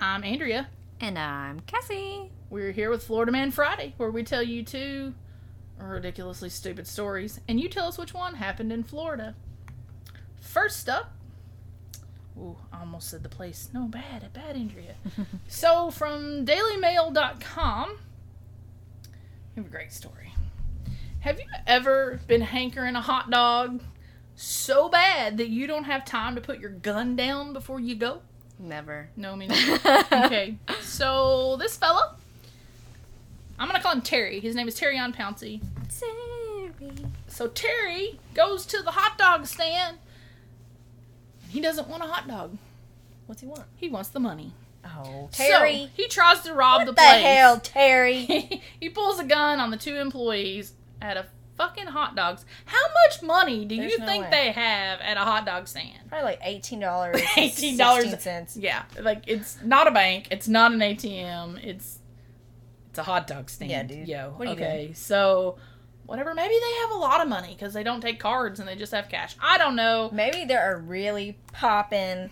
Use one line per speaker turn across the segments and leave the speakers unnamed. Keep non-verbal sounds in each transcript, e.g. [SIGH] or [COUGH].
I'm Andrea.
And I'm Cassie.
We're here with Florida Man Friday, where we tell you two ridiculously stupid stories, and you tell us which one happened in Florida. First up, ooh, I almost said the place. No, bad, bad, Andrea. so, from dailymail.com, we have a great story. Have you ever been hankering a hot dog so bad that you don't have time to put your gun down before you go?
Never.
No, me neither. okay,
[LAUGHS]
so this fella, I'm gonna call him Terry. His name is Terry on Pouncy.
Sorry.
So Terry goes to the hot dog stand. He doesn't want a hot dog.
What's he want?
He wants the money.
Oh.
So,
Terry.
he tries to rob
what
the
the,
place.
hell, Terry?
[LAUGHS] he pulls a gun on the two employees at a fucking hot dogs. How much money do
There's
you
no
think
way.
they have at a hot dog stand?
Probably like eighteen
[LAUGHS]
dollars.
$18.
cents.
Yeah, like it's not a bank, it's not an ATM, it's it's a hot dog stand.
Yeah, dude.
Yo,
What are you
okay, so whatever. Maybe they have a lot of money because they don't take cards and they just have cash. I don't know.
Maybe they're a really poppin'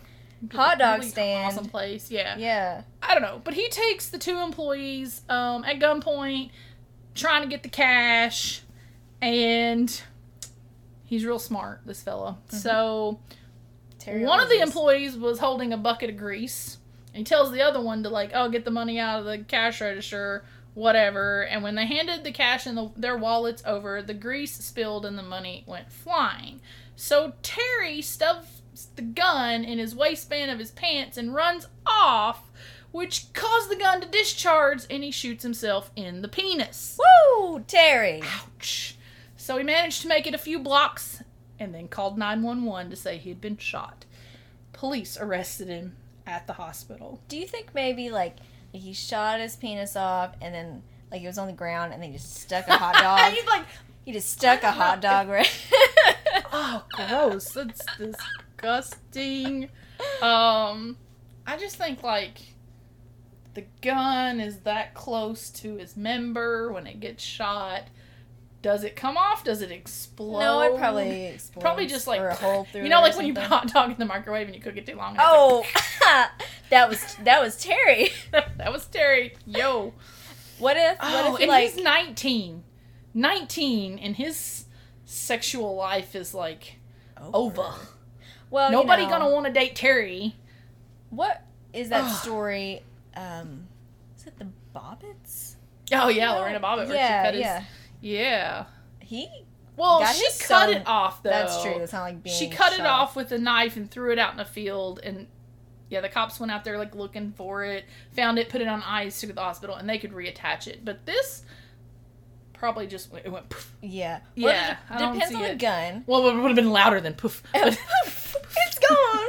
hot dog
Really
stand.
awesome place. Yeah.
Yeah.
I don't know, but he takes the two employees um, at gunpoint, trying to get the cash, and he's real smart, this fella.
Mm-hmm.
So
Terry
one of the
Lewis.
employees was holding a bucket of grease, and he tells the other one to like, oh, get the money out of the cash register, whatever. And when they handed the cash and the, their wallets over, the grease spilled and the money went flying. So Terry stuffs the gun in his waistband of his pants and runs off. Which caused the gun to discharge and he shoots himself in the penis.
Woo, Terry.
Ouch. So he managed to make it a few blocks and then called 911 to say he had been shot. Police arrested him at the
[LAUGHS]
hospital.
Do you think maybe like he shot his penis off and then like it was on the ground and they just stuck
[LAUGHS]
a hot dog?
He's like,
he just stuck a
[LAUGHS]
hot dog right.
oh, gross. That's disgusting. Um, I just think like the gun is that close to his member when it gets shot. Does it come off? Does it explode?
No, it probably explodes
Probably just like
or a hole
[LAUGHS]
through.
You know,
it or
like when you put a
something.
hot dog in the microwave and you cook it too long. and it's like,
Oh, [LAUGHS] that was that was Terry. [LAUGHS]
[LAUGHS] that was Terry. Yo.
What if?
Oh,
what if
and
Oh, like
he's 19. 19, and his sexual life is like over.
Well, Oh, you
Nobody
know,
gonna want to date Terry.
What is that
Ugh.
story? Um, is it the Bobbits?
Oh yeah,
No.
Lorena Bobbitt.
Yeah,
where she cut
yeah.
His, yeah.
He.
Well,
Got
she
his
cut
son-
it off though.
That's true. That's not like being.
She cut it
shot.
off with a knife and threw it out in the field, and yeah, the cops went out there like looking for it, found it, put it on ice, took it to the hospital, and they could reattach it. But this probably just went, it went. Poof.
Yeah.
Yeah, I
Well, it
don't
de- depends
see
on the
it.
gun.
[LAUGHS]
[LAUGHS]
Well, it would have been louder than poof. but-
it's gone.
[LAUGHS]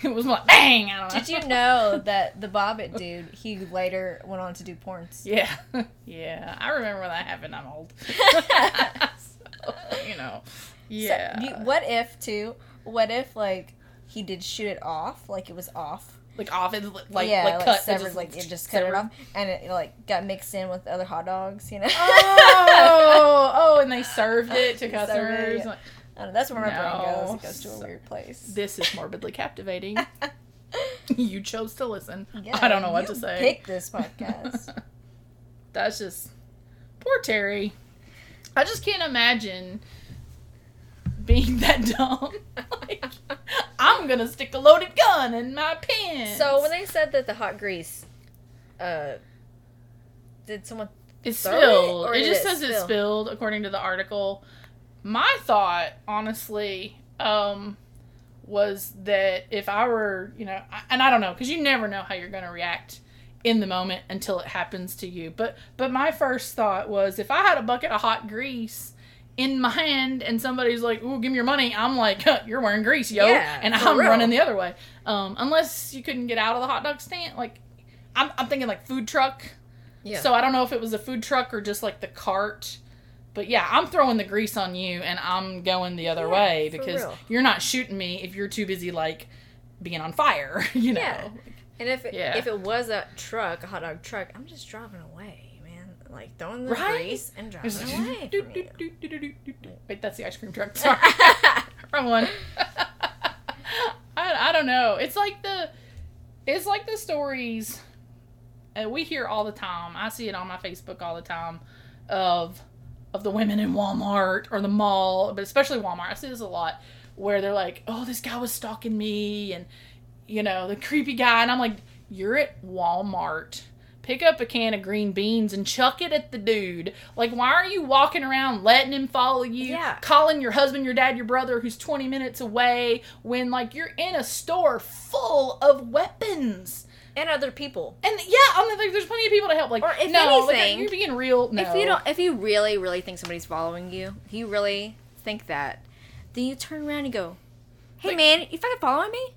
It was like bang. I don't know.
Did
[LAUGHS]
you know that the Bobbit dude? He later went on to do porns.
Yeah, [LAUGHS] yeah. I remember when that happened. I'm [LAUGHS] old. so, you know.
So,
Yeah.
you- what if too? What if like he did shoot it off? Like it was off.
like off it, like
yeah,
like,
like
cut
severed, like it just cut it
severed.
off, and it like got mixed in with other hot dogs, you know.
[LAUGHS] Oh, oh, and they served it to
[LAUGHS] They served
customers.
it. [LAUGHS] I don't know, that's where my
No.
brain goes. It goes to a
So-
weird place.
[LAUGHS]
[LAUGHS]
This is morbidly captivating. [LAUGHS] you chose to listen.
Yeah,
I don't know what
you
to say. [LAUGHS]
Pick this podcast.
That's just poor Terry. I just can't imagine being [LAUGHS] that dumb. like, [LAUGHS] I'm gonna stick a loaded gun in my pants.
so when they said that the hot grease, uh, did someone?
it
throw it,
spilled,
or
it
did
just
it
says it
spill?
spilled according to the article. My thought, honestly, um, was that if I were, you know, I, and I don't know, because you never know how you're gonna react in the moment until it happens to you. But but my first thought was if I had a bucket of hot grease in my hand and somebody's like, "Ooh, give me your money," I'm like, huh, "You're wearing grease, yo,"
Yeah,
and
for
I'm
real.
running the other way. Um, unless you couldn't get out of the hot dog stand, like I'm, I'm thinking like food truck.
Yeah.
So I don't know if it was a food truck or just like the cart. But yeah, I'm throwing the grease on you and I'm going the other
Yeah,
way
for
because
real.
you're not shooting me if you're too busy like being on fire, [LAUGHS] you know.
Yeah. And if it,
Yeah.
if it was a truck, a hot dog truck, I'm just driving away, man. Like throwing the
Right?
grease and driving
It's [LAUGHS]
away.
like,
from
"Doo,
[LAUGHS] you.
doo, doo, doo, doo, doo, doo." Wait, that's the ice cream
[LAUGHS]
truck. Sorry. Wrong one. [LAUGHS] I, I don't know. It's like the it's like the stories uh, we hear all the time. I see it on my Facebook all the time of of the women in Walmart or the mall, but especially Walmart. I see this a lot where they're like, "Oh, this guy was stalking me," and you know, the creepy guy, and I'm like, "You're at Walmart." Pick up a can of green beans and chuck it at the dude. Like, why are you walking around letting him follow you?
Yeah.
Calling your husband, your dad, your brother who's 20 minutes away when, like, you're in a store full of weapons.
and other people.
And yeah, I'm like, there's plenty of people to help. Like,
Or if
no, like,
anything-
you're being real. No.
If you don't, if you really, really think somebody's following you, if you really think that, then you turn around and go, "Hey,
Like-
man, you fucking following me?"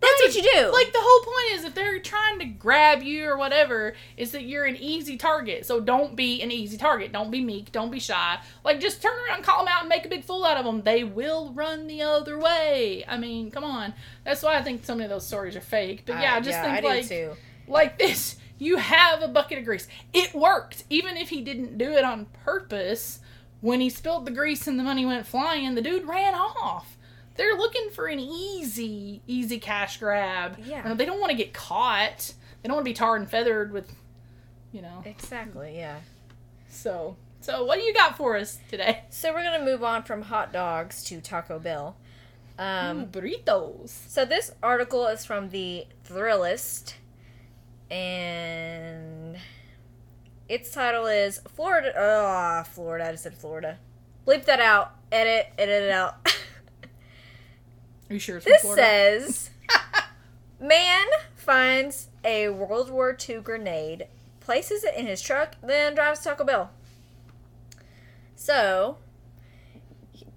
That's what you do.
Like the whole point is if they're trying to grab you or whatever, is that you're an easy target. So don't be an easy target. Don't be meek. Don't be shy. Like just turn around, call them out, and make a big fool out of them. They will run the other way. I mean, come on. That's why I think so many of those stories are fake.
Uh,
But yeah, I just think like
too.
like this. You have a bucket of grease. It worked, even if he didn't do it on purpose. When he spilled the grease and the money went flying, the dude ran off. They're looking for an easy, easy cash grab.
Yeah.
Uh, they don't want to get caught. They don't want to be tarred and feathered with, you know.
Exactly. Yeah.
So, so what do you got for us today?
So we're gonna move on from hot dogs to Taco Bell. Um,
Ooh, burritos.
So this article is from the Thrillist, and its title is Florida. Ah, Florida. I just said Florida. Bleep that out. Edit. Edit it out. [LAUGHS]
Are you sure it's from
this
Florida?
says, man finds a World War II grenade, places it in his truck, then drives to Taco Bell. So,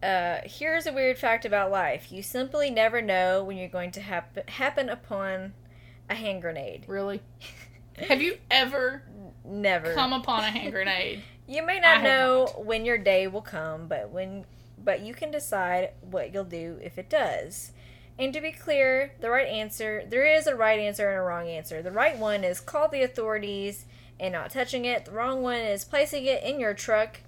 uh, here's a weird fact about life: you simply never know when you're going to hap- happen upon a hand grenade. [LAUGHS]
really? Have you ever
Never.
come upon a hand grenade?
You may
I
not
have
know when your day will come, but when but you can decide what you'll do if it does. And to be clear, the right answer there is a right answer and a wrong answer. The right one is call the authorities and not touching it. The wrong one is placing it in your truck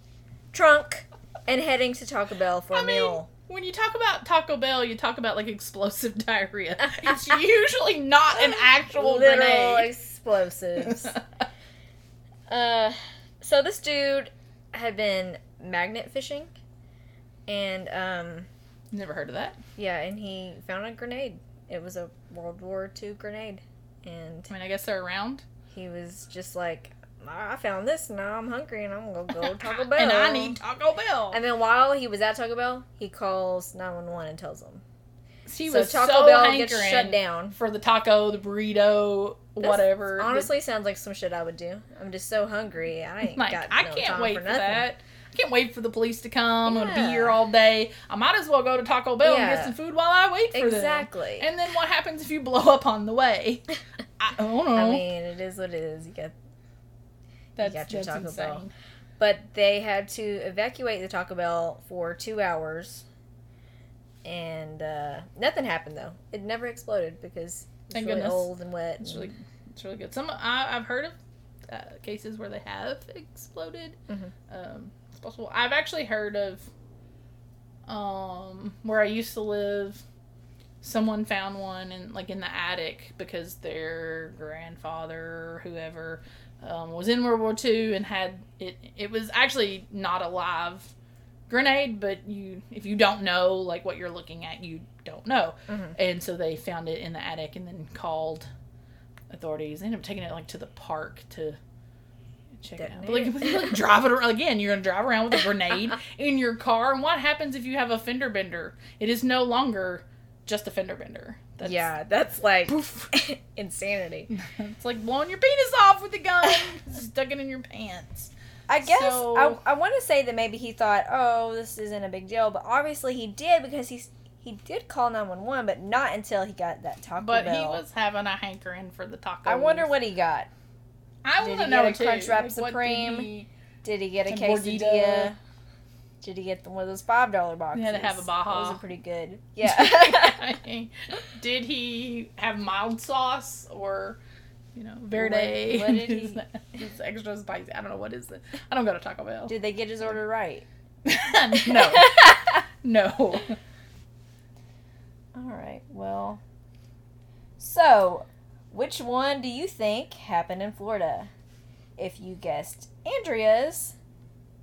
trunk and heading to Taco Bell for a
I mean,
meal.
When you talk about Taco Bell, you talk about like explosive [LAUGHS]
[LAUGHS]
diarrhea. It's usually not an actual
Literal
grenade. [LAUGHS]
explosives. Uh, so this dude had been magnet fishing, and um,
Never heard of that.
Yeah, and he found a grenade. It was a World War II grenade. And
I mean, I guess they're around.
he was just like, I I found this, now I'm hungry and I'm gonna
[LAUGHS]
go to Taco Bell.
and I need Taco Bell.
And then while he was at Taco Bell, he calls 911 and tells them.
she
so
was
Taco
so
Bell
hankering
gets shut down.
for the taco, the burrito,
That's-
whatever.
Honestly, sounds like some shit I would do. I'm just so hungry. I ain't
like
got
I
no
can't
time
wait
for
for,
nothing.
that. I can't wait for the police to come. I'm gonna
Yeah.
be here all day. I might as well go to Taco Bell and
Yeah.
get some food while I wait for them.
Exactly.
And then what happens if you blow up on the way? I, I don't know.
I mean, it is what it is. You got
that's,
got your
that's
Taco
insane.
Bell. But they had to evacuate the Taco Bell for two hours, and uh, nothing happened though. It never exploded because it's
Thank
really
goodness.
old and wet.
It's
and-
really, it's really good. Some I, I've heard of uh, cases where they have exploded.
Mhm.
Um, it's possible. I've actually heard of um, where I used to live. Someone found one in like in the attic because their grandfather or whoever um, was in World War II and had it. It was actually not a live grenade, but you if you don't know like what you're looking at, you don't know.
Mhm.
And so they found it in the attic and then called authorities. They ended up taking it like to the park to check it out. But, like,
Detonate it.
like, drive it around again. You're gonna drive around with a grenade in your car. And what happens if you have a fender bender? It is no longer just a fender bender. That's,
yeah, that's like
Poof.
[LAUGHS] insanity.
[LAUGHS] It's like blowing your penis off with a gun, [LAUGHS] stuck it in your pants.
I guess
So-
I, I want to say that maybe he thought, oh, this isn't a big deal, but obviously he did because he's he did call nine one one, but not until he got that Taco
But
Bell.
he was having a hankering for the tacos.
I wonder what he got.
I
did
want to
he
know
get a
too.
Crunchwrap
what did
Supreme?
he-
Did he get a
And
quesadilla?
gordita.
Did he get the, one of those five dollar
He
boxes?
had to have a Baja.
Those are
[LAUGHS]
pretty good. Yeah. [LAUGHS]
did he have mild sauce or you know verde? [LAUGHS]
What- what did he-
It's extra spicy. I don't know what is it. I don't go to Taco Bell.
Did they get his order right?
[LAUGHS]
[LAUGHS]
no, no.
All right. Well. So, Which one do you think happened in Florida? If you guessed Andrea's,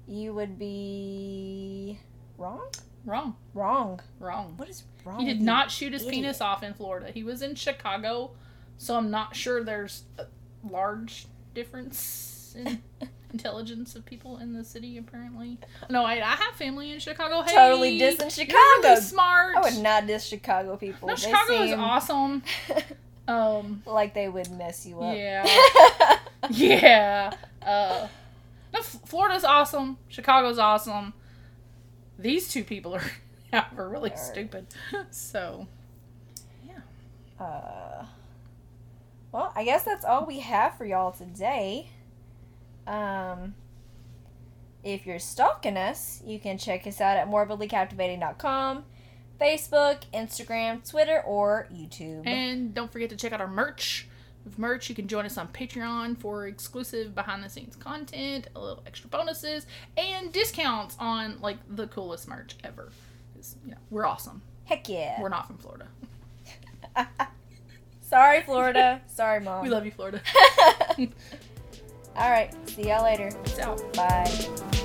you would be wrong.
Wrong.
Wrong.
Wrong.
What is wrong?
He did
with you?
not shoot his
idiot.
penis off in Florida. He was in Chicago, so I'm not sure there's a large difference
[LAUGHS]
in intelligence of people in the city, apparently. No, I, I have family in Chicago. Hey,
totally diss in Chicago.
You're really smart.
I would not diss Chicago people.
no,
They
Chicago is
seem
awesome.
[LAUGHS]
Um,
like they would mess you up.
Yeah. yeah. Uh, no, F- Florida's awesome. Chicago's awesome. These two people are, [LAUGHS] are really
They are.
stupid. [LAUGHS] So,
[LAUGHS] Uh, well, I guess that's all we have for y'all today. Um, if you're stalking us, you can check us out at morbidlycaptivating.com, Facebook, Instagram, Twitter, or YouTube.
and don't forget to check out our merch. With merch, you can join us on Patreon for exclusive behind the scenes content, a little extra bonuses, and discounts on like the coolest merch ever. 'Cause, You know, we're awesome.
Heck yeah.
We're not from Florida.
[LAUGHS] Sorry, Florida.
[LAUGHS]
Sorry, Mom. [LAUGHS]
We love you, Florida.
all right. See y'all later.
Peace out.
Bye.